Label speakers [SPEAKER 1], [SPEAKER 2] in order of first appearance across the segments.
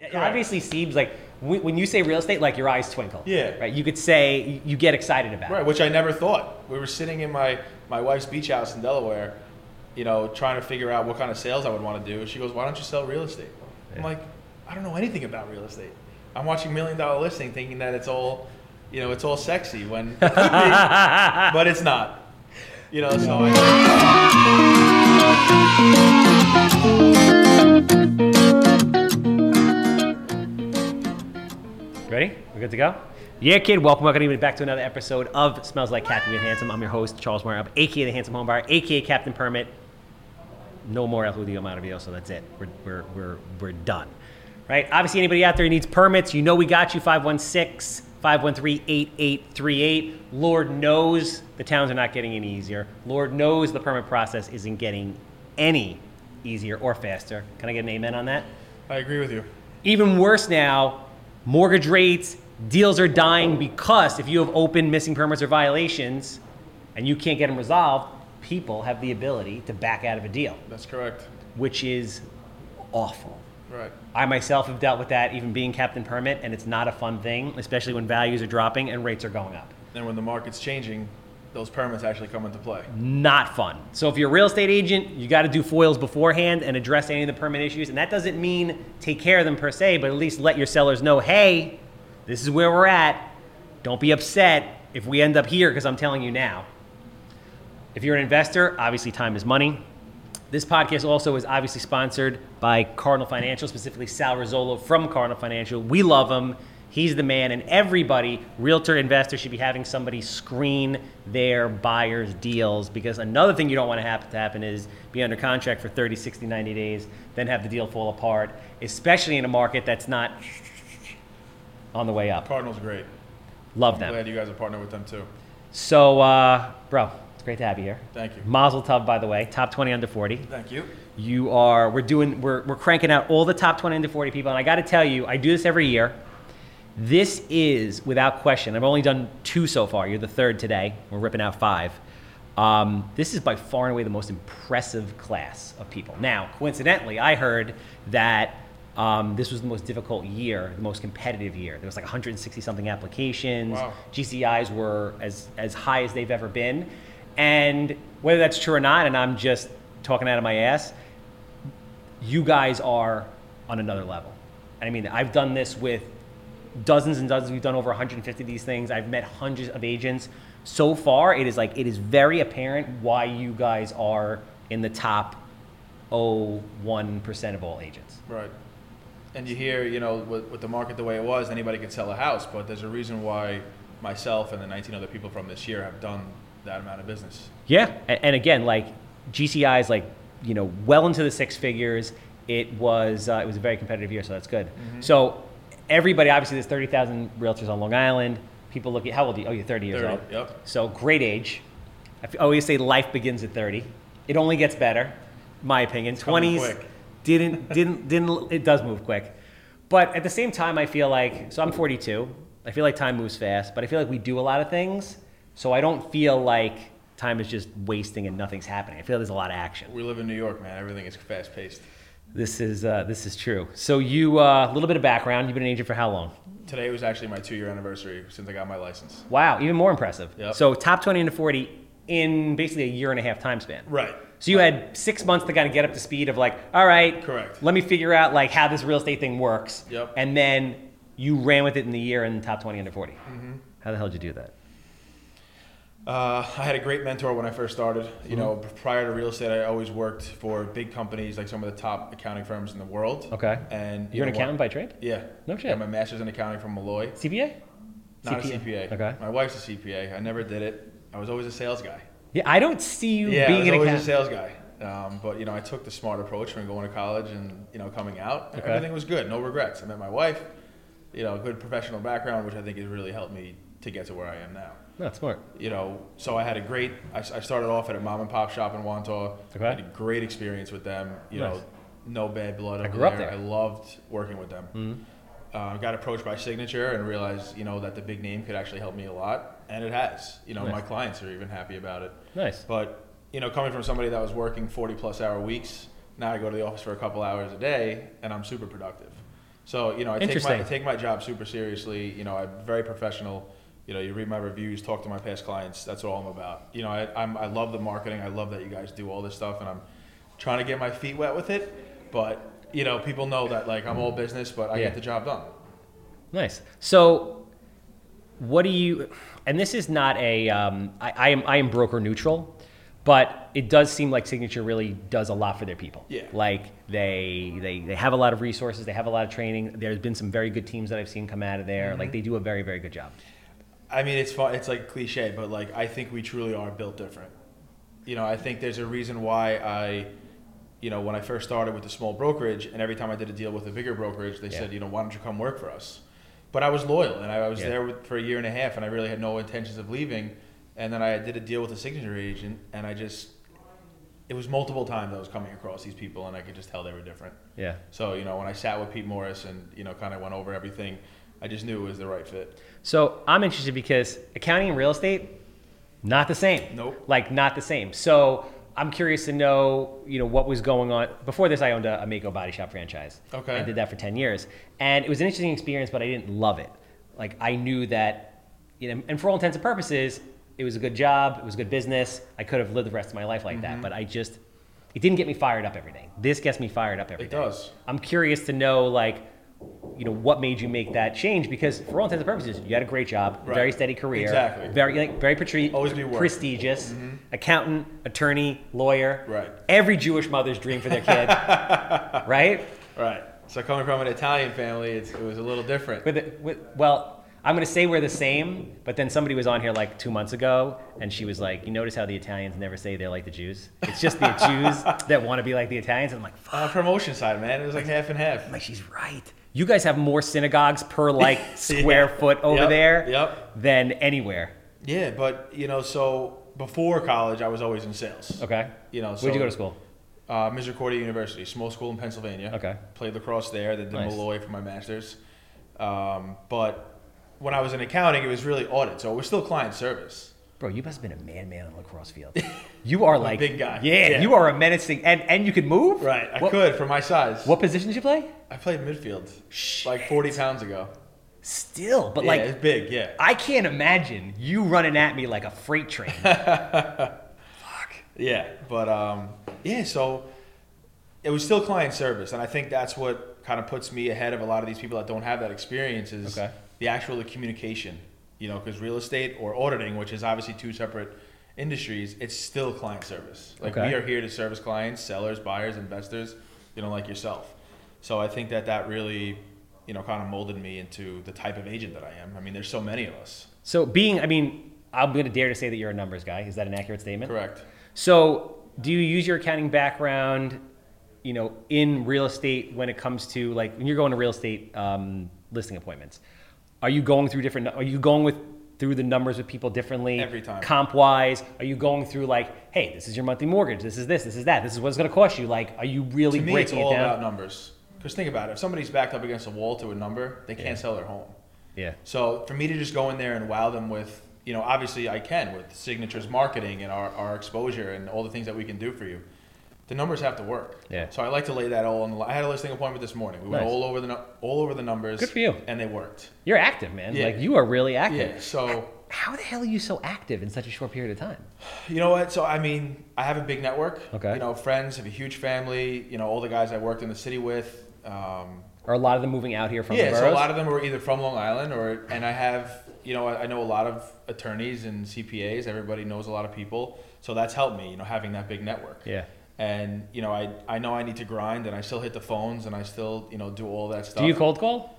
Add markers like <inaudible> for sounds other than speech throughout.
[SPEAKER 1] it obviously seems like when when you say real estate, like your eyes twinkle.
[SPEAKER 2] Yeah.
[SPEAKER 1] Right. You could say you- you get excited about.
[SPEAKER 2] Right,
[SPEAKER 1] It.
[SPEAKER 2] which I never thought. We were sitting in my, my wife's beach house in Delaware, you know, trying to figure out what kind of sales I would want to do. She goes, Why don't you sell real estate? I'm
[SPEAKER 1] Yeah.
[SPEAKER 2] like, I don't know anything about real estate. I'm watching Million Dollar Listing thinking that it's all, you know, it's all sexy when it could be, but it's not. You know, so I,
[SPEAKER 1] Ready? We're good to go? Yeah, kid. Welcome, welcome everybody back to another episode of Smells Like Captain and Handsome. I'm your host, Charles Meyer, aka the Handsome Home Buyer, aka Captain Permit. No more El Judio Maravio, so that's it. We're, we're, we're, we're done. Right? Obviously, anybody out there who needs permits, you know we got you 516 513 8838. Lord knows the towns are not getting any easier. Lord knows the permit process isn't getting any easier or faster. Can I get an amen on that?
[SPEAKER 2] I agree with you.
[SPEAKER 1] Even worse now, mortgage rates, deals are dying because if you have open missing permits or violations and you can't get them resolved, people have the ability to back out of a deal,
[SPEAKER 2] That's correct.
[SPEAKER 1] which is awful.
[SPEAKER 2] Right.
[SPEAKER 1] I myself have dealt with that, even being captain permit, and it's not a fun thing, especially when values are dropping and rates are going up.
[SPEAKER 2] And when the market's changing, those permits actually come into play.
[SPEAKER 1] Mm-hmm. not fun. So if you're a real estate agent, you got to do foils beforehand and address any of the permit issues. And that doesn't mean take care of them per se, but at least let your sellers know, hey, this is where we're at. Don't be upset if we end up here because I'm telling you now. If you're an investor, obviously time is money. This podcast also is obviously sponsored by Cardinal Financial, specifically Sal Rizzolo from Cardinal Financial. We love him. He's the man, and everybody, realtor, investor, should be having somebody screen their buyer's deals because another thing you don't want to happen to happen is be under contract for 30, 60, 90 days, then have the deal fall apart, especially in a market that's not on the way up.
[SPEAKER 2] Cardinals are great.
[SPEAKER 1] Love
[SPEAKER 2] I'm
[SPEAKER 1] them.
[SPEAKER 2] glad you guys are partnered with them too.
[SPEAKER 1] So, uh, bro, it's great to have you here.
[SPEAKER 2] Thank you.
[SPEAKER 1] Mazel tov, by the way, top 20 under 40.
[SPEAKER 2] Thank you.
[SPEAKER 1] You are, we're doing, we're, we're cranking out all the top 20 into 40 people. And I got to tell you, I do this every year. This is, without question, I've only done two so far. You're the third today. We're ripping out five. Um, this is by far and away the most impressive class of people. Now, coincidentally, I heard that um, this was the most difficult year, the most competitive year. There was like 160 something applications.
[SPEAKER 2] Wow.
[SPEAKER 1] GCIs were as, as high as they've ever been. And whether that's true or not, and I'm just talking out of my ass, you guys are on another level. And I mean, I've done this with dozens and dozens. We've done over 150 of these things. I've met hundreds of agents. So far, it is like, it is very apparent why you guys are in the top 01% of all agents.
[SPEAKER 2] Right. And you hear, you know, with, with the market the way it was, anybody could sell a house, but there's a reason why myself and the 19 other people from this year have done that amount of business.
[SPEAKER 1] Yeah, and, and again, like GCI is like you know well into the six figures. It was uh, it was a very competitive year, so that's good.
[SPEAKER 2] Mm-hmm.
[SPEAKER 1] So everybody, obviously, there's thirty thousand realtors on Long Island. People look at how old are you? Oh, you're thirty years
[SPEAKER 2] 30,
[SPEAKER 1] old.
[SPEAKER 2] yep.
[SPEAKER 1] So great age. I f- I always say life begins at thirty. It only gets better, my opinion.
[SPEAKER 2] coming
[SPEAKER 1] Twenties
[SPEAKER 2] quick.
[SPEAKER 1] didn't didn't didn't it does move quick, but at the same time, I feel like so I'm forty two. I feel like time moves fast, but I feel like we do a lot of things, so I don't feel like time is just wasting and nothing's happening. I feel there's a lot of action.
[SPEAKER 2] We live in New York, man. Everything is fast paced.
[SPEAKER 1] This is uh, this is true. So you uh, a little bit of background. You've been an agent for how long?
[SPEAKER 2] Today was actually my two year anniversary since I got my license.
[SPEAKER 1] Wow, even more impressive.
[SPEAKER 2] Yep.
[SPEAKER 1] So top twenty into forty in basically a year and a half time span.
[SPEAKER 2] Right.
[SPEAKER 1] So you had six months to kind of get up to speed of like, all right,
[SPEAKER 2] Correct.
[SPEAKER 1] Let me figure out like how this real estate thing works.
[SPEAKER 2] Yep.
[SPEAKER 1] And then you ran with it in the year in the top twenty under 40
[SPEAKER 2] Mm-hmm.
[SPEAKER 1] How the hell did you do that?
[SPEAKER 2] Uh, I had a great mentor when I first started. You know,
[SPEAKER 1] Mm-hmm.
[SPEAKER 2] prior to real estate, I always worked for big companies like some of the top accounting firms in the world.
[SPEAKER 1] Okay.
[SPEAKER 2] And you
[SPEAKER 1] You're an
[SPEAKER 2] know what-
[SPEAKER 1] accountant by trade,
[SPEAKER 2] Yeah.
[SPEAKER 1] No
[SPEAKER 2] I
[SPEAKER 1] shit.
[SPEAKER 2] got my master's in accounting from Malloy.
[SPEAKER 1] CPA.
[SPEAKER 2] Not a CPA.
[SPEAKER 1] Okay.
[SPEAKER 2] My wife's a CPA. I never did it. I was always a sales guy.
[SPEAKER 1] Yeah, I don't see you
[SPEAKER 2] yeah,
[SPEAKER 1] being
[SPEAKER 2] I was
[SPEAKER 1] an
[SPEAKER 2] always a
[SPEAKER 1] accountant.
[SPEAKER 2] sales guy. Um, but you know, I took the smart approach from going to college and you know coming out.
[SPEAKER 1] Okay.
[SPEAKER 2] Everything was good, no regrets. I met my wife. You know, good professional background, which I think has really helped me to get to where I am now.
[SPEAKER 1] No, Oh, smart.
[SPEAKER 2] You know, so I had a great. I, I started off at a mom and pop shop in Wantaw.
[SPEAKER 1] Okay.
[SPEAKER 2] I had a great experience with them. You
[SPEAKER 1] Nice.
[SPEAKER 2] know, no bad blood. over
[SPEAKER 1] grew up there. Mm-hmm.
[SPEAKER 2] I loved working with them. Uh, got approached by Signature and realized, you know, that the big name could actually help me a lot, and it has. You know,
[SPEAKER 1] Nice.
[SPEAKER 2] my clients are even happy about it.
[SPEAKER 1] Nice.
[SPEAKER 2] But you know, coming from somebody that was working 40 plus hour weeks, now I go to the office for a couple hours a day, and I'm super productive. So you know, I take my
[SPEAKER 1] Interesting.
[SPEAKER 2] I take my job super seriously. You know, I'm very professional. You know, you read my reviews, talk to my past clients. That's what all I'm about. You know, I I'm, I love the marketing. I love that you guys do all this stuff, and I'm trying to get my feet wet with it. But you know, people know that like I'm all business, but I
[SPEAKER 1] Yeah.
[SPEAKER 2] get the job done.
[SPEAKER 1] Nice. So, what do you? And this is not a. Um, I, I am. I am broker neutral, but it does seem like Signature really does a lot for their people.
[SPEAKER 2] Yeah.
[SPEAKER 1] Like they they they have a lot of resources. They have a lot of training. There's been some very good teams that I've seen come out of there. Like they do a very very good job.
[SPEAKER 2] I mean, it's fun. It's like cliche, but like I think we truly are built different. You know, I think there's a reason why I, you know, when I first started with the small brokerage, and every time I did a deal with a bigger brokerage, they
[SPEAKER 1] Yeah.
[SPEAKER 2] said, you know, why don't you come work for us? But I was loyal, and I, I was
[SPEAKER 1] Yeah.
[SPEAKER 2] there with, for a year and a half, and I really had no intentions of leaving. And then I did a deal with a signature agent, and I just, it was multiple times I was coming across these people, and I could just tell they were different.
[SPEAKER 1] Yeah.
[SPEAKER 2] So you know, when I sat with Pete Morris and you know, kind of went over everything, I just knew it was the right fit.
[SPEAKER 1] So I'm interested because accounting and real estate, not the same.
[SPEAKER 2] Nope.
[SPEAKER 1] Like not the same. So I'm curious to know, you know, what was going on. Before this, I owned a, a Mako Body Shop franchise.
[SPEAKER 2] Okay.
[SPEAKER 1] I did that for 10 years. And it was an interesting experience, but I didn't love it. Like I knew that, you know, and for all intents and purposes, it was a good job. It was good business. I could have lived the rest of my life like
[SPEAKER 2] Mm-hmm.
[SPEAKER 1] that, but I just, it didn't get me fired up every day. This gets me fired up every
[SPEAKER 2] It
[SPEAKER 1] day.
[SPEAKER 2] does.
[SPEAKER 1] I'm curious to know, like, you know, what made you make that change? Because for all intents and purposes, you had a great job,
[SPEAKER 2] Right.
[SPEAKER 1] very steady career,
[SPEAKER 2] Exactly.
[SPEAKER 1] very like, very pretri-
[SPEAKER 2] Always be working.
[SPEAKER 1] prestigious, accountant, attorney, lawyer,
[SPEAKER 2] Right.
[SPEAKER 1] Every Jewish mother's dream for their
[SPEAKER 2] <laughs>
[SPEAKER 1] kid, right?
[SPEAKER 2] Right. So coming from an Italian family, it's, it was a little different.
[SPEAKER 1] With, it- with well, I'm gonna say we're the same, but then somebody was on here like two months ago, and she was like, "You notice how the Italians never say they're like the Jews? It's just the Jews
[SPEAKER 2] <laughs>
[SPEAKER 1] that want to be like the Italians." And I'm like, "Fuck."
[SPEAKER 2] On the promotion side, man, it was like half and half.
[SPEAKER 1] I'm like, she's right. You guys have more synagogues
[SPEAKER 2] <laughs>
[SPEAKER 1] per like square foot over
[SPEAKER 2] Yep,
[SPEAKER 1] there
[SPEAKER 2] yep.
[SPEAKER 1] than anywhere.
[SPEAKER 2] Yeah, but you know, so before college, I was always in sales.
[SPEAKER 1] Okay.
[SPEAKER 2] You know, so
[SPEAKER 1] Where'd you go to school?
[SPEAKER 2] Uh, Misericordia University, small school in Pennsylvania.
[SPEAKER 1] Okay.
[SPEAKER 2] Played lacrosse there. Then did
[SPEAKER 1] Nice.
[SPEAKER 2] Malloy for my masters. Um, but when I was in accounting, it was really audit, so it was still client service.
[SPEAKER 1] Bro, you must have been a madman on the lacrosse
[SPEAKER 2] <laughs>
[SPEAKER 1] field. You are like
[SPEAKER 2] big guy.
[SPEAKER 1] Yeah,
[SPEAKER 2] Yeah.
[SPEAKER 1] you are a menacing and and you could move?
[SPEAKER 2] Right. I
[SPEAKER 1] what,
[SPEAKER 2] could for my size.
[SPEAKER 1] What position did you play?
[SPEAKER 2] I played midfield, like 40 pounds ago.
[SPEAKER 1] Still, but
[SPEAKER 2] Yeah,
[SPEAKER 1] like
[SPEAKER 2] it's big. Yeah.
[SPEAKER 1] I can't imagine you running at me like a freight
[SPEAKER 2] <laughs>
[SPEAKER 1] train. Fuck.
[SPEAKER 2] Yeah, but um, yeah, so it was still client service, and I think that's what kind of puts me ahead of a lot of these people that don't have that experience is
[SPEAKER 1] Okay.
[SPEAKER 2] the actual communication. You know, because real estate or auditing, which is obviously two separate industries, it's still client service. Like
[SPEAKER 1] Okay.
[SPEAKER 2] we are here to service clients, sellers, buyers, investors. You know, like yourself. So I think that that really, you know, kind of molded me into the type of agent that I am. I mean, there's so many of us.
[SPEAKER 1] So being I mean, I'm gonna dare to say that you're a numbers guy. Is that an accurate statement?
[SPEAKER 2] Correct.
[SPEAKER 1] So, do you use your accounting background, you know, in real estate when it comes to like when you're going to real estate um, listing appointments? Are you going through different? Are you going with through the numbers with people differently?
[SPEAKER 2] Every time.
[SPEAKER 1] comp wise. Are you going through like, hey, this is your monthly mortgage. This is this. This is that. This is what it's going to cost you. Like, are you really
[SPEAKER 2] to me, it's
[SPEAKER 1] breaking
[SPEAKER 2] all
[SPEAKER 1] it down?
[SPEAKER 2] about numbers. Because think about it, if somebody's backed up against a wall to a number, they can't sell their home.
[SPEAKER 1] yeah.
[SPEAKER 2] So for me to just go in there and wow them with, you know, obviously I can with signatures marketing and our, our exposure and all the things that we can do for you. The numbers have to work.
[SPEAKER 1] Yeah.
[SPEAKER 2] So I like to lay that all on the li- I had a listing appointment this morning. We went
[SPEAKER 1] Nice.
[SPEAKER 2] all over the nu- all over the numbers.
[SPEAKER 1] Good for you.
[SPEAKER 2] And they worked.
[SPEAKER 1] You're active, man.
[SPEAKER 2] Yeah.
[SPEAKER 1] Like you are really active.
[SPEAKER 2] Yeah. So
[SPEAKER 1] How the hell are you so active in such a short period of time?
[SPEAKER 2] You know what? So I mean, I have a big network.
[SPEAKER 1] Okay.
[SPEAKER 2] You know, friends, have a huge family. You know, all the guys I worked in the city with. Um,
[SPEAKER 1] Are a lot of them moving out here from
[SPEAKER 2] yeah,
[SPEAKER 1] the
[SPEAKER 2] so
[SPEAKER 1] boroughs?
[SPEAKER 2] a lot of them were either from Long Island or, and I have, you know, I, I know a lot of attorneys and CPAs. Everybody knows a lot of people, so that's helped me. You know, having that big network.
[SPEAKER 1] Yeah.
[SPEAKER 2] And you know, I I know I need to grind, and I still hit the phones, and I still you know do all that stuff.
[SPEAKER 1] Do you cold call? Hmm.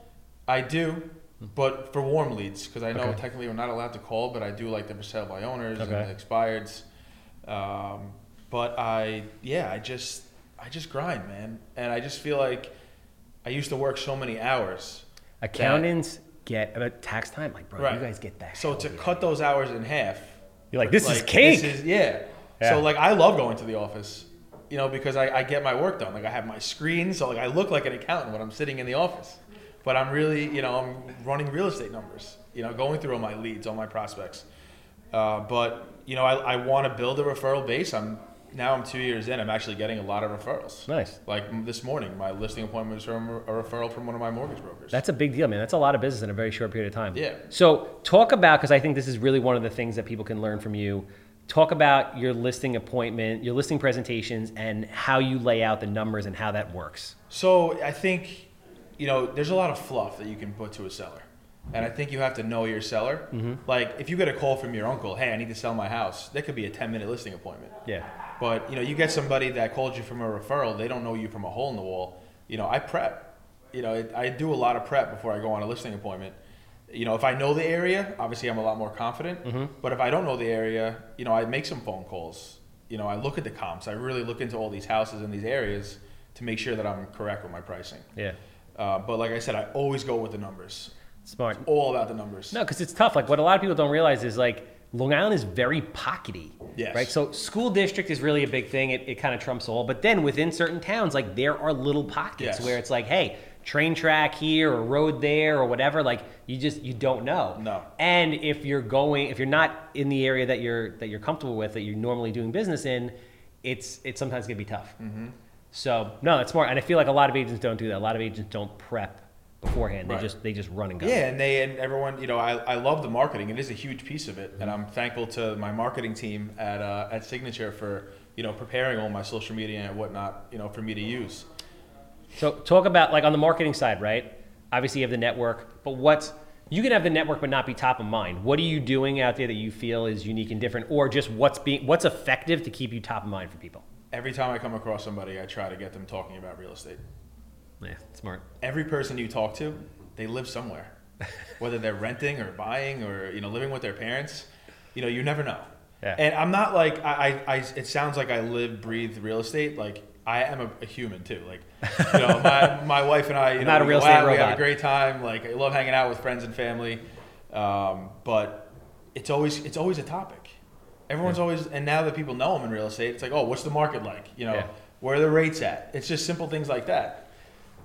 [SPEAKER 2] I do, but for warm leads because I know
[SPEAKER 1] Okay.
[SPEAKER 2] technically we're not allowed to call, but I do like the for sale by owners
[SPEAKER 1] Okay.
[SPEAKER 2] and the expireds. Um, but I, yeah, I just, I just grind, man, and I just feel like I used to work so many hours.
[SPEAKER 1] Accountants get about tax time. Like, bro,
[SPEAKER 2] Right.
[SPEAKER 1] you guys get that.
[SPEAKER 2] So to cut those hours in half,
[SPEAKER 1] You're like, this is
[SPEAKER 2] like,
[SPEAKER 1] cake.
[SPEAKER 2] This is, yeah.
[SPEAKER 1] Yeah.
[SPEAKER 2] So like, I love going to the office, you know, because I, I get my work done. Like I have my screen, so like I look like an accountant when I'm sitting in the office, but I'm really, you know, I'm running real estate numbers, you know, going through all my leads, all my prospects. Uh, but you know, I, I want to build a referral base. I'm now I'm two years in. I'm actually getting a lot of referrals.
[SPEAKER 1] Nice.
[SPEAKER 2] Like m- this morning, my listing appointment was from a referral from one of my mortgage brokers.
[SPEAKER 1] That's a big deal, man. That's a lot of business in a very short period of time.
[SPEAKER 2] Yeah.
[SPEAKER 1] So talk about because I think this is really one of the things that people can learn from you. Talk about your listing appointment, your listing presentations, and how you lay out the numbers and how that works.
[SPEAKER 2] So I think, you know, there's a lot of fluff that you can put to a seller. And I think you have to know your seller. Like, if you get a call from your uncle, hey, I need to sell my house, that could be a 10 minute listing appointment.
[SPEAKER 1] Yeah.
[SPEAKER 2] But, you know, you get somebody that called you from a referral, they don't know you from a hole in the wall. You know, I prep. You know, it, I do a lot of prep before I go on a listing appointment. You know, if I know the area, obviously I'm a lot more confident. But if I don't know the area, you know, I make some phone calls. You know, I look at the comps. I really look into all these houses in these areas to make sure that I'm correct with my pricing.
[SPEAKER 1] Yeah.
[SPEAKER 2] Uh, but like I said, I always go with the numbers.
[SPEAKER 1] Smart.
[SPEAKER 2] All about the numbers.
[SPEAKER 1] No, because it's tough. Like what a lot of people don't realize is like Long Island is very pockety.
[SPEAKER 2] Yes.
[SPEAKER 1] Right. So school district is really a big thing. It, it kind of trumps all. But then within certain towns, like there are little pockets
[SPEAKER 2] Yes.
[SPEAKER 1] where it's like, hey, train track here or road there or whatever. Like you just you don't know.
[SPEAKER 2] No.
[SPEAKER 1] And if you're going, if you're not in the area that you're that you're comfortable with, that you're normally doing business in, it's it's sometimes gonna be tough.
[SPEAKER 2] Mm-hmm.
[SPEAKER 1] So no, that's smart. And I feel like a lot of agents don't do that. A lot of agents don't prep beforehand.
[SPEAKER 2] Right.
[SPEAKER 1] They just they just run and go.
[SPEAKER 2] Yeah, and they and everyone, you know, I, I love the marketing. It is a huge piece of it, and I'm thankful to my marketing team at uh, at Signature for you know preparing all my social media and whatnot, you know, for me to use.
[SPEAKER 1] So talk about like on the marketing side, right? Obviously you have the network, but what's you can have the network but not be top of mind. What are you doing out there that you feel is unique and different or just what's being what's effective to keep you top of mind for people?
[SPEAKER 2] Every time I come across somebody, I try to get them talking about real estate.
[SPEAKER 1] Yeah, smart.
[SPEAKER 2] Every person you talk to, they
[SPEAKER 1] <laughs>
[SPEAKER 2] live somewhere, whether they're renting or buying or you know living with their parents. You know, you never know.
[SPEAKER 1] Yeah.
[SPEAKER 2] And I'm not like I, I, I. It sounds like I live, breathe real estate. Like I am a, a human too. Like
[SPEAKER 1] <laughs>
[SPEAKER 2] you know, my, my wife and I. You know,
[SPEAKER 1] Not a
[SPEAKER 2] we
[SPEAKER 1] real
[SPEAKER 2] go
[SPEAKER 1] estate
[SPEAKER 2] out, We have a
[SPEAKER 1] robot.
[SPEAKER 2] great time. Like I love hanging out with friends and family. Um, but it's always it's always a topic. Everyone's always and now that people know I'm in real estate, it's like oh, what's the market like? You know,
[SPEAKER 1] Yeah.
[SPEAKER 2] where are the rates at? It's just simple things like that.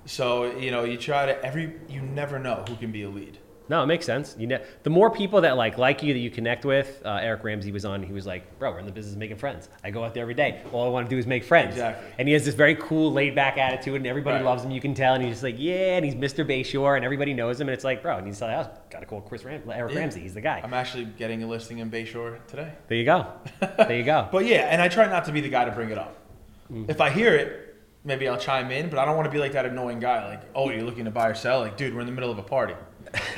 [SPEAKER 2] So you know, you try to every you never know who can be a lead.
[SPEAKER 1] No, it makes sense. You know, the more people that like like you that you connect with, uh, Eric Ramsey was on. He was like, "Bro, we're in the business of making friends. I go out there every day. All I want to do is make friends."
[SPEAKER 2] Exactly.
[SPEAKER 1] And he has this very cool, laid back attitude, and everybody
[SPEAKER 2] Right.
[SPEAKER 1] loves him. You can tell, and he's just like, "Yeah," and he's Mr. Bayshore, and everybody knows him. And it's like, "Bro, I need to sell the house. Got to call Chris Ram- Eric
[SPEAKER 2] Yeah.
[SPEAKER 1] Ramsey. He's the guy."
[SPEAKER 2] I'm actually getting a listing in Bayshore today.
[SPEAKER 1] there you go. there you
[SPEAKER 2] <laughs>
[SPEAKER 1] go.
[SPEAKER 2] But yeah, and I try not to be the guy to bring it up.
[SPEAKER 1] Mm.
[SPEAKER 2] If I hear it, maybe I'll chime in, but I don't want to be like that annoying guy, like, oh, you're looking to buy or sell? Like, dude, we're in the middle of
[SPEAKER 1] <laughs>
[SPEAKER 2] a party.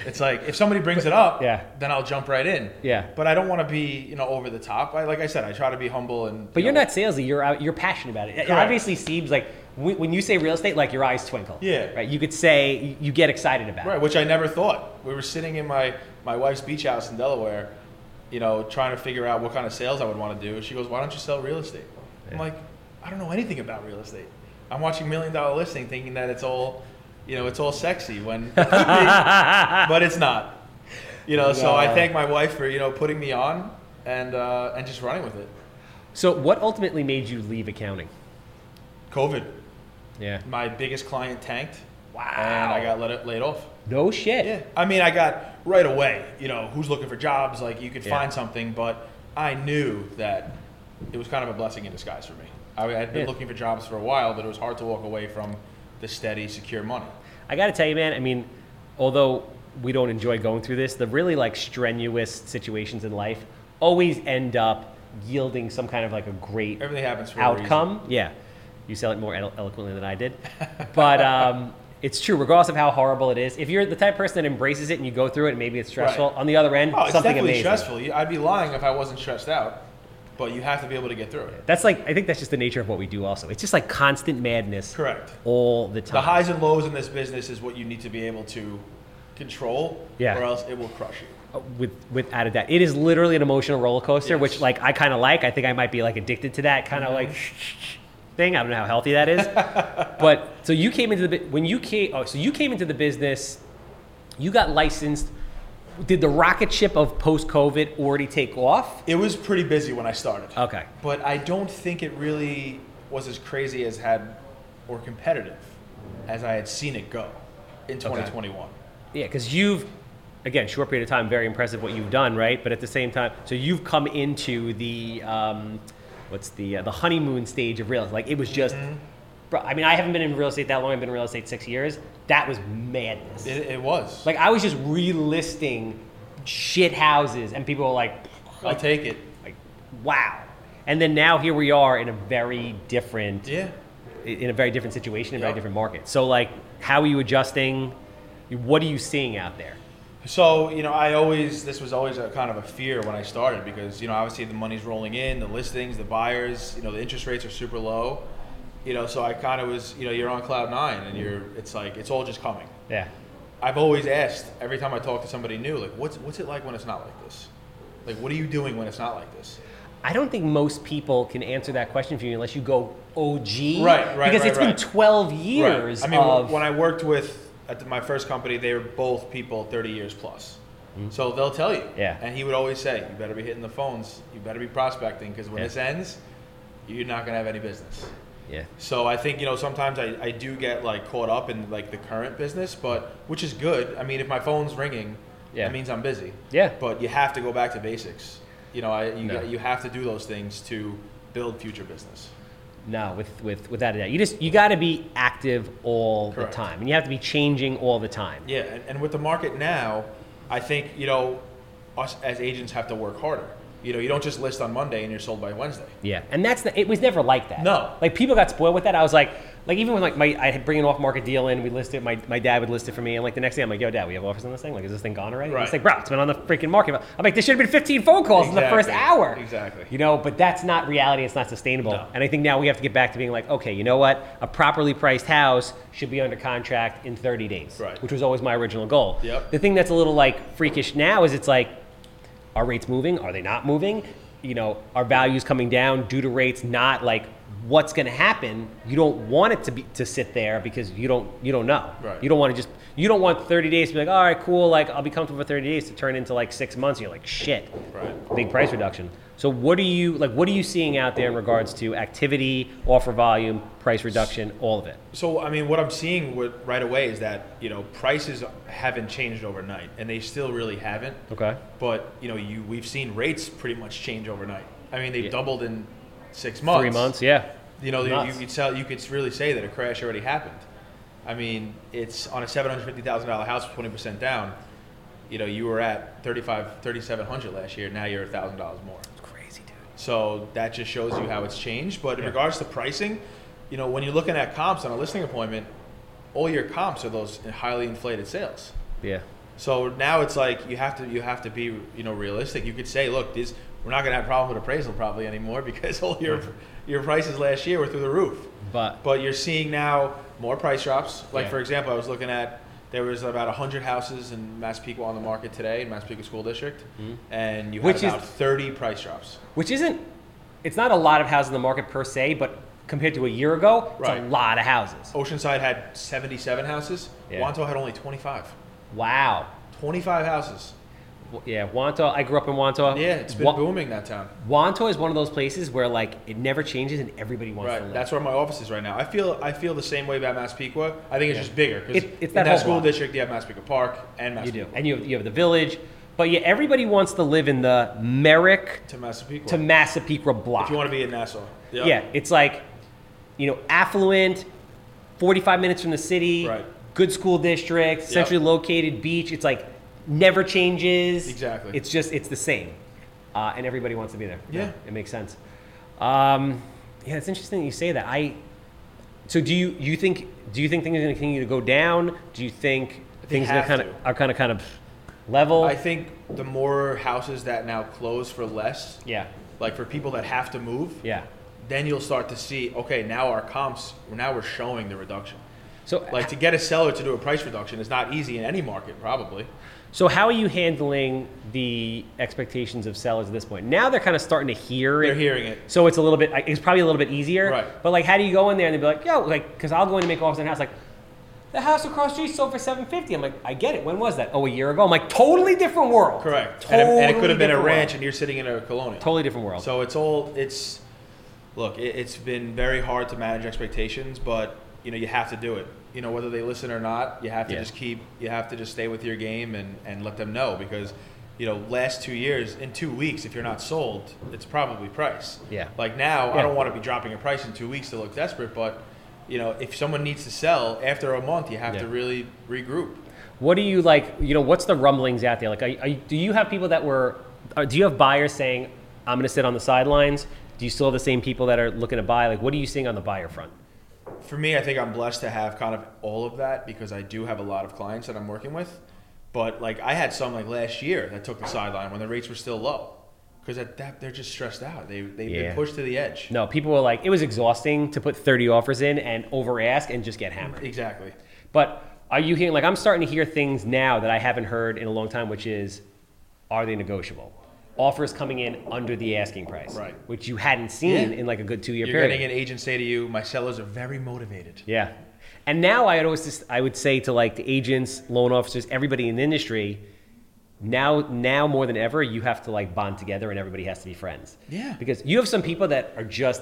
[SPEAKER 2] It's like, if somebody brings it up,
[SPEAKER 1] Yeah.
[SPEAKER 2] then I'll jump right in.
[SPEAKER 1] Yeah.
[SPEAKER 2] But I don't want to be, you know, over the top. I, like I said, I try to be humble and.
[SPEAKER 1] But
[SPEAKER 2] you
[SPEAKER 1] you're
[SPEAKER 2] know-
[SPEAKER 1] not salesy. You're out, you're passionate about it. It
[SPEAKER 2] Correct.
[SPEAKER 1] obviously seems like when when you say real estate, like your eyes twinkle.
[SPEAKER 2] Yeah.
[SPEAKER 1] Right. You could say you- you get excited about.
[SPEAKER 2] Right,
[SPEAKER 1] It.
[SPEAKER 2] which I never thought. We were sitting in my, my wife's beach house in Delaware, you know, trying to figure out what kind of sales I would want to do. She goes, Why don't you sell real estate? I'm
[SPEAKER 1] Yeah.
[SPEAKER 2] like, I don't know anything about real estate. I'm watching Million Dollar Listing thinking that it's all, you know, it's all sexy
[SPEAKER 1] <laughs>
[SPEAKER 2] when, <laughs> but it's not. You know, so I
[SPEAKER 1] No.
[SPEAKER 2] thank my wife for, you know, putting me on and, uh, and just running with it.
[SPEAKER 1] So, what ultimately made you leave accounting?
[SPEAKER 2] COVID,
[SPEAKER 1] Yeah.
[SPEAKER 2] my biggest client tanked.
[SPEAKER 1] Wow.
[SPEAKER 2] And I got let, laid off.
[SPEAKER 1] No shit.
[SPEAKER 2] Yeah. I mean, I got right away, you know, who's looking for jobs? Like, you could
[SPEAKER 1] Yeah.
[SPEAKER 2] find something, but I knew that it was kind of a blessing in disguise for me. I had been
[SPEAKER 1] Yeah.
[SPEAKER 2] looking for jobs for a while, but it was hard to walk away from the steady, secure money.
[SPEAKER 1] I got to tell you, man. I mean, although we don't enjoy going through this, the really like strenuous situations in life always end up yielding some kind of like a great
[SPEAKER 2] Everything happens for a reason.
[SPEAKER 1] outcome. Yeah, you sell it more elo- eloquently than I did, but um, <laughs> it's true. Regardless of how horrible it is, if you're the type of person that embraces it and you go through it, and maybe it's stressful.
[SPEAKER 2] Right.
[SPEAKER 1] On the other end,
[SPEAKER 2] Oh, it's
[SPEAKER 1] something
[SPEAKER 2] definitely
[SPEAKER 1] amazing.
[SPEAKER 2] stressful. You- I'd be lying if I wasn't stressed out, but you have to be able to get through it.
[SPEAKER 1] That's like I think that's just the nature of what we do. Also, it's just like constant madness.
[SPEAKER 2] Correct.
[SPEAKER 1] All the time.
[SPEAKER 2] The highs and lows in this business is what you need to be able to control,
[SPEAKER 1] Yeah.
[SPEAKER 2] or else it will crush you.
[SPEAKER 1] uh, with without a doubt it is literally an emotional roller coaster
[SPEAKER 2] Yes.
[SPEAKER 1] which like i kind of like i think i might be like addicted to that kind of like thing i don't know how healthy that is but so you came into the bu- when you came oh so you came into the business you got licensed did the rocket ship of post covid already take off
[SPEAKER 2] It was pretty busy when I started.
[SPEAKER 1] okay
[SPEAKER 2] But I don't think it really was as crazy as had or competitive as I had seen it go in 2021.
[SPEAKER 1] yeah because you've again short period of time very impressive what you've done right but at the same time so you've come into the um, what's the uh, the honeymoon stage of real estate. Like it was just, bro. I mean, I haven't been in real estate that long. I've been in real estate six years. That was madness.
[SPEAKER 2] It, it was.
[SPEAKER 1] Like I was just relisting shit houses, and people were like,
[SPEAKER 2] I'll
[SPEAKER 1] like,
[SPEAKER 2] take it.
[SPEAKER 1] like, wow. And then now here we are in a very different
[SPEAKER 2] Yeah.
[SPEAKER 1] in a very different situation, a very
[SPEAKER 2] Yeah.
[SPEAKER 1] different market. So like, how are you adjusting? What are you seeing out there?
[SPEAKER 2] So you know, I always this was always a kind of a fear when I started because you know obviously the money's rolling in, the listings, the buyers, you know the interest rates are super low, you know. So I kind of was you know you're on cloud nine and you're it's like it's all just coming.
[SPEAKER 1] Yeah.
[SPEAKER 2] I've always asked every time I talk to somebody new like what's what's it like when it's not like this, like what are you doing when it's not like this?
[SPEAKER 1] I don't think most people can answer that question for you unless you go OG.
[SPEAKER 2] Right, right,
[SPEAKER 1] Because
[SPEAKER 2] right,
[SPEAKER 1] it's been
[SPEAKER 2] right.
[SPEAKER 1] 12 years
[SPEAKER 2] I mean,
[SPEAKER 1] of.
[SPEAKER 2] when I worked with at my first company, they were both people 30 years plus. So they'll tell you.
[SPEAKER 1] Hmm. Yeah.
[SPEAKER 2] And he would always say, "You better be hitting the phones. You better be prospecting because when
[SPEAKER 1] Yeah.
[SPEAKER 2] this ends, you're not gonna have any business."
[SPEAKER 1] yeah.
[SPEAKER 2] So I think you know sometimes I, I do get like caught up in like the current business, but which is good. I mean, if my phone's ringing,
[SPEAKER 1] Yeah.
[SPEAKER 2] that means I'm busy.
[SPEAKER 1] Yeah.
[SPEAKER 2] But you have to go back to basics. You know, I, you
[SPEAKER 1] No.
[SPEAKER 2] got, you have to do those things to build future business.
[SPEAKER 1] No, with, with, without a doubt. You just, you got to be active all
[SPEAKER 2] Correct.
[SPEAKER 1] the time. And you have to be changing all the time.
[SPEAKER 2] Yeah, and, and with the market now, I think you know, us as agents have to work harder. You know, you don't just list on Monday and you're sold by Wednesday.
[SPEAKER 1] Yeah, and that's the, it was never like that.
[SPEAKER 2] No.
[SPEAKER 1] like people got spoiled with that. I was like, like even when like my I had bring an off market deal in, we listed my my dad would list it for me, and like the next day I'm like, yo, dad, we have offers on this thing. Like, is this thing gone already? And It's
[SPEAKER 2] Right.
[SPEAKER 1] like, bro, it's been on the freaking market. I'm like, this should have been 15 phone calls in the first
[SPEAKER 2] Exactly,
[SPEAKER 1] hour.
[SPEAKER 2] exactly.
[SPEAKER 1] You know, but that's not reality. It's not sustainable.
[SPEAKER 2] No.
[SPEAKER 1] And I think now we have to get back to being like, okay, you know what? A properly priced house should be under contract in 30 days,
[SPEAKER 2] Right.
[SPEAKER 1] which was always my original goal.
[SPEAKER 2] Yep.
[SPEAKER 1] The thing that's a little like freakish now is it's like are rates moving? Are they not moving? You know, are values coming down due to rates not like what's going to happen? You don't want it to be to sit there because you don't you don't know.
[SPEAKER 2] Right.
[SPEAKER 1] You don't want to just you don't want 30 days to be like, all right, cool, like I'll be comfortable for 30 days to turn into like six months. And you're like, shit,
[SPEAKER 2] Right.
[SPEAKER 1] big price reduction. So what are you like? What are you seeing out there in regards to activity, offer volume, price reduction, all of it?
[SPEAKER 2] So I mean, what I'm seeing with, right away is that you know prices haven't changed overnight, and they still really haven't.
[SPEAKER 1] Okay.
[SPEAKER 2] But you know, you we've seen rates pretty much change overnight. I mean, they've
[SPEAKER 1] Yeah.
[SPEAKER 2] doubled in six months.
[SPEAKER 1] Three months, yeah.
[SPEAKER 2] You know, you, you
[SPEAKER 1] Nuts.
[SPEAKER 2] could tell you could really say that a crash already happened. I mean, it's on a seven hundred fifty thousand dollar house, twenty percent down. You know, you were at 35, 3,700 last year. Now you're a thousand dollars more.
[SPEAKER 1] Crazy dude.
[SPEAKER 2] So that just shows you how it's changed. But in regards to pricing, you know, when you're looking at comps on a listing appointment, all your comps are those highly inflated sales.
[SPEAKER 1] Yeah.
[SPEAKER 2] So now it's like you have to you have to be you know realistic. You could say, look, these we're not gonna have problems with appraisal probably anymore <laughs> because all your your prices last year were through the roof.
[SPEAKER 1] But
[SPEAKER 2] But you're seeing now more price drops. Like
[SPEAKER 1] Yeah.
[SPEAKER 2] for example, I was looking at there was about 100 houses in Massapequa on the market today in Massapequa School District, and you
[SPEAKER 1] Mm-hmm.
[SPEAKER 2] had
[SPEAKER 1] Which is-
[SPEAKER 2] about 30 price drops.
[SPEAKER 1] which isn't it's not a lot of houses in the market per se but compared to a year ago it's a
[SPEAKER 2] Right.
[SPEAKER 1] lot of houses
[SPEAKER 2] Oceanside had 77 houses.
[SPEAKER 1] Yeah.
[SPEAKER 2] Wanto had only 25.
[SPEAKER 1] wow
[SPEAKER 2] 25 houses.
[SPEAKER 1] W- yeah Wanto I grew up in Wanto
[SPEAKER 2] Yeah, it's been
[SPEAKER 1] Wa-
[SPEAKER 2] booming that town.
[SPEAKER 1] Wanto is one of those places where like it never changes and everybody wants to
[SPEAKER 2] Right,
[SPEAKER 1] live
[SPEAKER 2] that's where my office is right now. I feel I feel the same way about Massapequa. I think it's
[SPEAKER 1] Yeah.
[SPEAKER 2] just bigger because
[SPEAKER 1] It- it's
[SPEAKER 2] in
[SPEAKER 1] that
[SPEAKER 2] that,
[SPEAKER 1] whole
[SPEAKER 2] school
[SPEAKER 1] block.
[SPEAKER 2] district you have Massapequa Park and
[SPEAKER 1] you
[SPEAKER 2] Massapequa
[SPEAKER 1] do and you have, you have the village but yeah everybody wants to live in the Merrick
[SPEAKER 2] to Massapequa.
[SPEAKER 1] to Massapequa block
[SPEAKER 2] if you want to be in Nassau, Yep.
[SPEAKER 1] Yeah, it's like, you know, affluent, 45 minutes from the city,
[SPEAKER 2] Right.
[SPEAKER 1] good school district, centrally located beach. It's like never changes.
[SPEAKER 2] Exactly.
[SPEAKER 1] It's just, it's the same. Uh, and everybody wants to be there.
[SPEAKER 2] Yeah.
[SPEAKER 1] It makes sense. Um, yeah, it's interesting that you say that. I, so do you, you think, do you think things are going to continue to go down? Do you think things are
[SPEAKER 2] have
[SPEAKER 1] kind of,
[SPEAKER 2] to.
[SPEAKER 1] are kind of, kind of level?
[SPEAKER 2] I think the more houses that now close for less,
[SPEAKER 1] yeah.
[SPEAKER 2] like for people that have to move,
[SPEAKER 1] Yeah.
[SPEAKER 2] then you'll start to see okay, now our comps, now we're showing the reduction.
[SPEAKER 1] So
[SPEAKER 2] Like to get a seller to do a price reduction is not easy in any market, probably.
[SPEAKER 1] So how are you handling the expectations of sellers at this point? Now they're kind of starting to hear it.
[SPEAKER 2] They're hearing it.
[SPEAKER 1] So it's a little bit. It's probably a little bit easier.
[SPEAKER 2] Right.
[SPEAKER 1] But like, how do you go in there and they be like, yo, like, because I'll go in and make offers on a house like. The house across the street sold for seven fifty. I'm like, I get it. When was that? Oh, a year ago. I'm like, totally different world.
[SPEAKER 2] Correct.
[SPEAKER 1] Totally
[SPEAKER 2] and, it- and it could have been a
[SPEAKER 1] different world.
[SPEAKER 2] ranch, and you're sitting in a colonial.
[SPEAKER 1] Totally different world.
[SPEAKER 2] So it's all it's. Look, it, it's been very hard to manage expectations, but you know you have to do it. You know whether they listen or not, you have to
[SPEAKER 1] Yeah.
[SPEAKER 2] just keep. You have to just stay with your game and and let them know because you know, last two years, in two weeks, if you're not sold, it's probably price.
[SPEAKER 1] Yeah.
[SPEAKER 2] Like now,
[SPEAKER 1] Yeah.
[SPEAKER 2] I don't want to be dropping a price in two weeks to look desperate, but you know, if someone needs to sell after a month, you have
[SPEAKER 1] Yeah.
[SPEAKER 2] to really regroup.
[SPEAKER 1] What do you like? You know, what's the rumblings out there? Like, are, are, do you have people that were? Or do you have buyers saying, "I'm going to sit on the sidelines"? Do you still have the same people that are looking to buy? Like, what are you seeing on the buyer front?
[SPEAKER 2] for me, I think I'm blessed to have kind of all of that because I do have a lot of clients that I'm working with. But like I had some like last year that took the sideline when the rates were still low because that, that they're just stressed out. They they've
[SPEAKER 1] Yeah.
[SPEAKER 2] been pushed to the edge.
[SPEAKER 1] No, people were like, it was exhausting to put 30 offers in and over ask and just get hammered.
[SPEAKER 2] Exactly.
[SPEAKER 1] But are you hearing like I'm starting to hear things now that I haven't heard in a long time, which is, are they negotiable? Offers coming in under the asking price,
[SPEAKER 2] Right.
[SPEAKER 1] Which you hadn't seen
[SPEAKER 2] Yeah.
[SPEAKER 1] in like a good two year
[SPEAKER 2] You're
[SPEAKER 1] period.
[SPEAKER 2] getting an agent say to you, my sellers are very motivated.
[SPEAKER 1] Yeah. And now I would always just, I would say to like the agents, loan officers, everybody in the industry, now now more than ever, you have to like bond together and everybody has to be friends.
[SPEAKER 2] Yeah.
[SPEAKER 1] Because you have some people that are just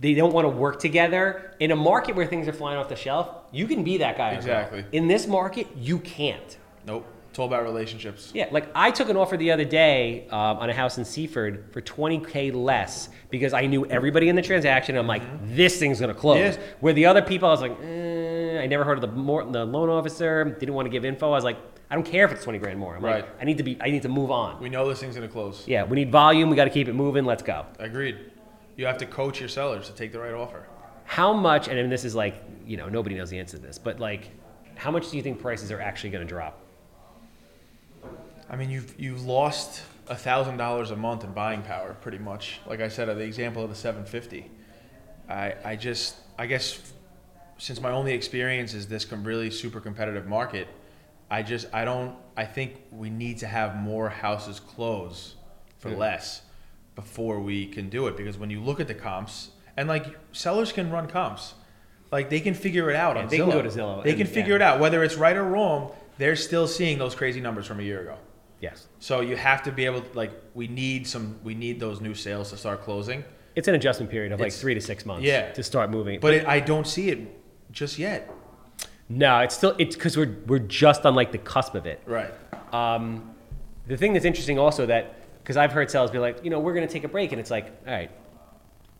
[SPEAKER 1] they don't want to work together in a market where things are flying off the shelf. You can be that guy. or girl.
[SPEAKER 2] Exactly.
[SPEAKER 1] In this market, you can't.
[SPEAKER 2] Nope. It's all about relationships.
[SPEAKER 1] Yeah, like I took an offer the other day um, on a house in Seaford for 20k less because I knew everybody in the transaction. And I'm like,
[SPEAKER 2] Mm-hmm.
[SPEAKER 1] this thing's gonna close.
[SPEAKER 2] Yes.
[SPEAKER 1] Where the other people, I was like, eh, I never heard of the more, the loan officer. Didn't want to give info. I was like, I don't care if it's 20 grand more. I'm
[SPEAKER 2] Right.
[SPEAKER 1] like, I need to be, I need to move on.
[SPEAKER 2] We know this thing's gonna close.
[SPEAKER 1] yeah, we need volume. We got to keep it moving. Let's go.
[SPEAKER 2] Agreed. You have to coach your sellers to take the right offer.
[SPEAKER 1] How much? And this is like, you know, nobody knows the answer to this, but like, how much do you think prices are actually gonna drop?
[SPEAKER 2] I mean, you've you've lost thousand dollars a month in buying power, pretty much. Like I said, uh, the example of the seven fifty. I I just I guess since my only experience is this com- really super competitive market, I just I don't I think we need to have more houses close for less before we can do it because when you look at the comps and like sellers can run comps. Like they can figure it out
[SPEAKER 1] Yeah,
[SPEAKER 2] on
[SPEAKER 1] they
[SPEAKER 2] Zillow.
[SPEAKER 1] can go to Zillow
[SPEAKER 2] They
[SPEAKER 1] and-
[SPEAKER 2] can figure
[SPEAKER 1] yeah.
[SPEAKER 2] it out whether it's right or wrong. They're still seeing those crazy numbers from a year ago.
[SPEAKER 1] Yes.
[SPEAKER 2] So you have to be able like we need some we need those new sales to start closing.
[SPEAKER 1] It's an adjustment period of like
[SPEAKER 2] It's-
[SPEAKER 1] three to six months
[SPEAKER 2] yeah.
[SPEAKER 1] to start moving.
[SPEAKER 2] But it, I don't see it just yet.
[SPEAKER 1] No, it's still it's because we're we're just on like the cusp of it.
[SPEAKER 2] Right.
[SPEAKER 1] The thing that's interesting also that because I've heard sellers be like, you know, we're going to take a break, and it's like, all right,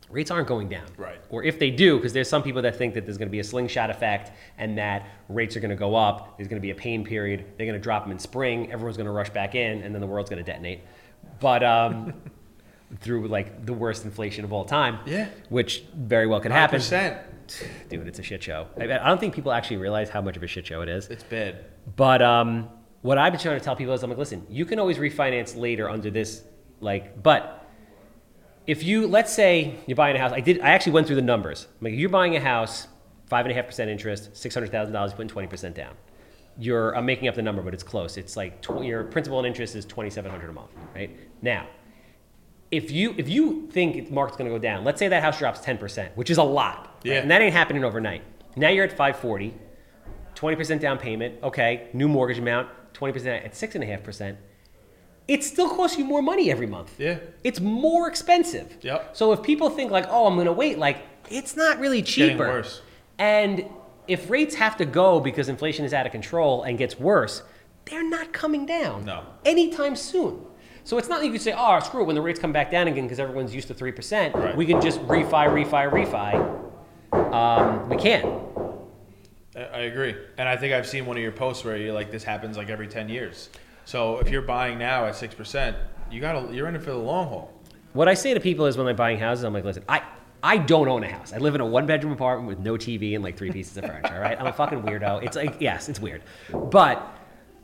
[SPEAKER 1] rates aren't going down,
[SPEAKER 2] Right.
[SPEAKER 1] Or if they do, because there's some people that think that there's going to be a slingshot effect and that rates are going to go up. There's going to be a pain period. They're going to drop them in spring. Everyone's going to rush back in, and then the world's going to detonate. But
[SPEAKER 2] <laughs>
[SPEAKER 1] um, through like the worst inflation of all time,
[SPEAKER 2] Yeah.
[SPEAKER 1] which very well could happen.
[SPEAKER 2] Percent.
[SPEAKER 1] Dude, it's a shit show. I, I don't think people actually realize how much of a shit show it is.
[SPEAKER 2] It's bad.
[SPEAKER 1] But um, what I've been trying to tell people is, I'm like, listen, you can always refinance later under this, like, but if you, let's say you're buying a house, I did, I actually went through the numbers. I'm like, you're buying a house, five and a half percent interest, six hundred thousand dollars, putting twenty percent down. You're, I'm making up the number, but it's close. It's like tw- your principal and interest is twenty seven hundred a month, right? Now, if you if you think it's market's going to go down, let's say that house drops ten percent, which is a lot, right?
[SPEAKER 2] Yeah.
[SPEAKER 1] and that ain't happening overnight. Now you're at five forty, 20% down payment, okay, new mortgage amount, 20% at 6.5%, it still costs you more money every month.
[SPEAKER 2] Yeah.
[SPEAKER 1] It's more expensive.
[SPEAKER 2] Yep.
[SPEAKER 1] So if people think like, oh, I'm going to wait, like, it's not really cheaper.
[SPEAKER 2] getting worse.
[SPEAKER 1] And if rates have to go because inflation is out of control and gets worse, they're not coming down
[SPEAKER 2] No.
[SPEAKER 1] anytime soon. So it's not like you could say, oh, screw it, when the rates come back down again because everyone's used to 3%,
[SPEAKER 2] Right.
[SPEAKER 1] we can just refi, refi, refi. Um, we can't.
[SPEAKER 2] I, I agree. And I think I've seen one of your posts where you're like this happens like every 10 years. So if you're buying now at 6%, you got to you're in it for the long haul.
[SPEAKER 1] What I say to people is when they're buying houses, I'm like, listen, I, I don't own a house. I live in a one bedroom apartment with no TV and like three pieces of furniture, all right? I'm a fucking weirdo. It's like, yes, it's weird. But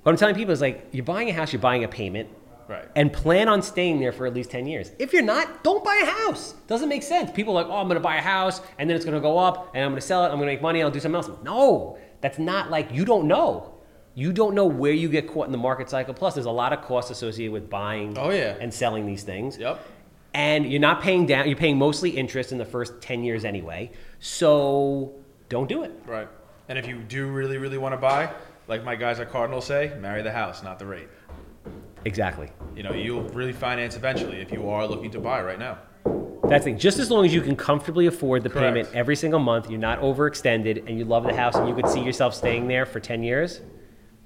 [SPEAKER 1] what I'm telling people is like, you're buying a house, you're buying a payment,
[SPEAKER 2] Right.
[SPEAKER 1] and plan on staying there for at least 10 years. If you're not, don't buy a house. Doesn't make sense. People are like, oh, I'm going to buy a house and then it's going to go up and I'm going to sell it. I'm going to make money. I'll do something else. No, that's not like you don't know. You don't know where you get caught in the market cycle. Plus, there's a lot of costs associated with buying
[SPEAKER 2] Oh, yeah.
[SPEAKER 1] and selling these things.
[SPEAKER 2] Yep.
[SPEAKER 1] And you're not paying down, you're paying mostly interest in the first 10 years anyway. So don't do it.
[SPEAKER 2] Right. And if you do really really want to buy, like my guys at Cardinal say, marry the house, not the rate.
[SPEAKER 1] Exactly.
[SPEAKER 2] You know, you'll really finance eventually if you are looking to buy right now.
[SPEAKER 1] That's the thing. Just as long as you can comfortably afford the
[SPEAKER 2] Correct.
[SPEAKER 1] payment every single month, you're not overextended, and you love the house, and you could see yourself staying there for 10 years,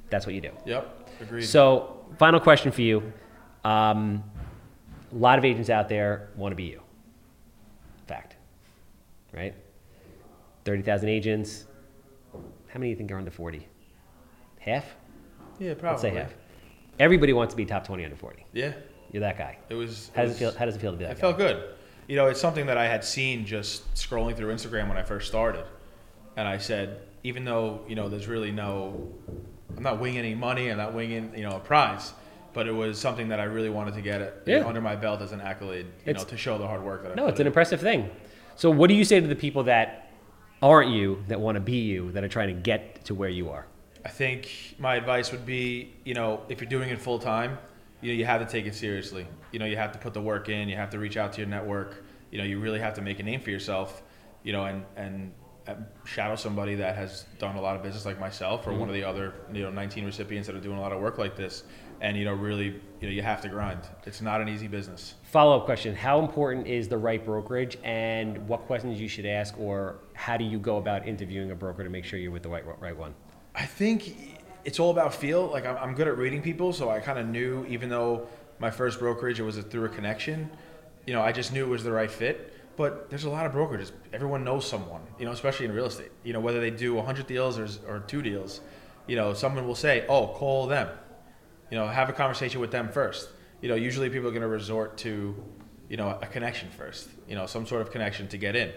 [SPEAKER 1] that's what you do.
[SPEAKER 2] Yep. Agreed.
[SPEAKER 1] So final question for you. Um, a lot of agents out there want to be you. Fact, right? Thirty thousand agents. How many do you think are under forty? Half.
[SPEAKER 2] Yeah, probably.
[SPEAKER 1] Let's say half. Everybody wants to be top twenty under forty.
[SPEAKER 2] Yeah,
[SPEAKER 1] You're that guy.
[SPEAKER 2] it was.
[SPEAKER 1] How does it
[SPEAKER 2] was-
[SPEAKER 1] feel? How does it feel to be that
[SPEAKER 2] It
[SPEAKER 1] guy?
[SPEAKER 2] felt good. You know, it's something that I had seen just scrolling through Instagram when I first started. And I said, even though, you know, there's really no, I'm not winging any money, I'm not winging, you know, a prize, but it was something that I really wanted to get it you
[SPEAKER 1] Yeah.
[SPEAKER 2] know, under my belt as an accolade, you
[SPEAKER 1] It's-
[SPEAKER 2] know, to show the hard work that I
[SPEAKER 1] No,
[SPEAKER 2] put
[SPEAKER 1] it's an
[SPEAKER 2] in.
[SPEAKER 1] impressive thing. So, what do you say to the people that aren't you, that want to be you, that are trying to get to where you are?
[SPEAKER 2] I think my advice would be, you know, if you're doing it full time, you know, you have to take it seriously. You know, you have to put the work in. You have to reach out to your network. You know, you really have to make a name for yourself. You know, and and uh, shadow somebody that has done a lot of business like myself or one of the other you know 19 recipients that are doing a lot of work like this. And you know, really, you know, you have to grind. It's not an easy business.
[SPEAKER 1] Follow up question How important is the right brokerage, and what questions you should ask, or how do you go about interviewing a broker to make sure you're with the right, right one?
[SPEAKER 2] I think it's all about feel. Like I'm, I'm good at reading people, so I kind of knew, even though my first brokerage it was through a connection. You know, I just knew it was the right fit. But there's a lot of brokerages. Everyone knows someone. You know, especially in real estate. You know, whether they do 100 deals or, or two deals, you know, someone will say, "Oh, call them." you know, have a conversation with them first. You know, usually people are going to resort to, you know, a connection first, you know, some sort of connection to get in.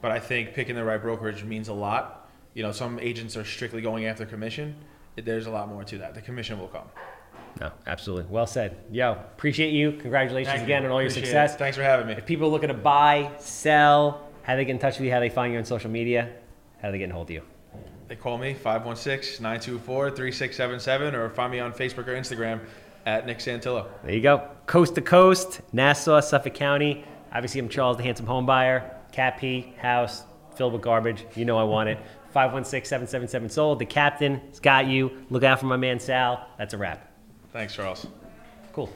[SPEAKER 2] But I think picking the right brokerage means a lot. You know, some agents are strictly going after commission. There's a lot more to that. The commission will come.
[SPEAKER 1] No, absolutely. Well said. Yo, appreciate you. Congratulations
[SPEAKER 2] Thank you.
[SPEAKER 1] again on all your
[SPEAKER 2] Appreciate it.
[SPEAKER 1] success.
[SPEAKER 2] Thanks for having me.
[SPEAKER 1] If people are looking to buy, sell, how they get in touch with you, how they find you on social media, how do they get in hold of you?
[SPEAKER 2] They call me 516-924-3677 or find me on Facebook or Instagram at Nick Santillo.
[SPEAKER 1] There you go. Coast to coast, Nassau, Suffolk County. Obviously, I'm Charles, the handsome home buyer. Cat P, house, filled with garbage. You know I want it. <laughs> 516 777 sold. The captain has got you. Look out for my man Sal. That's a wrap.
[SPEAKER 2] Thanks, Charles.
[SPEAKER 1] Cool.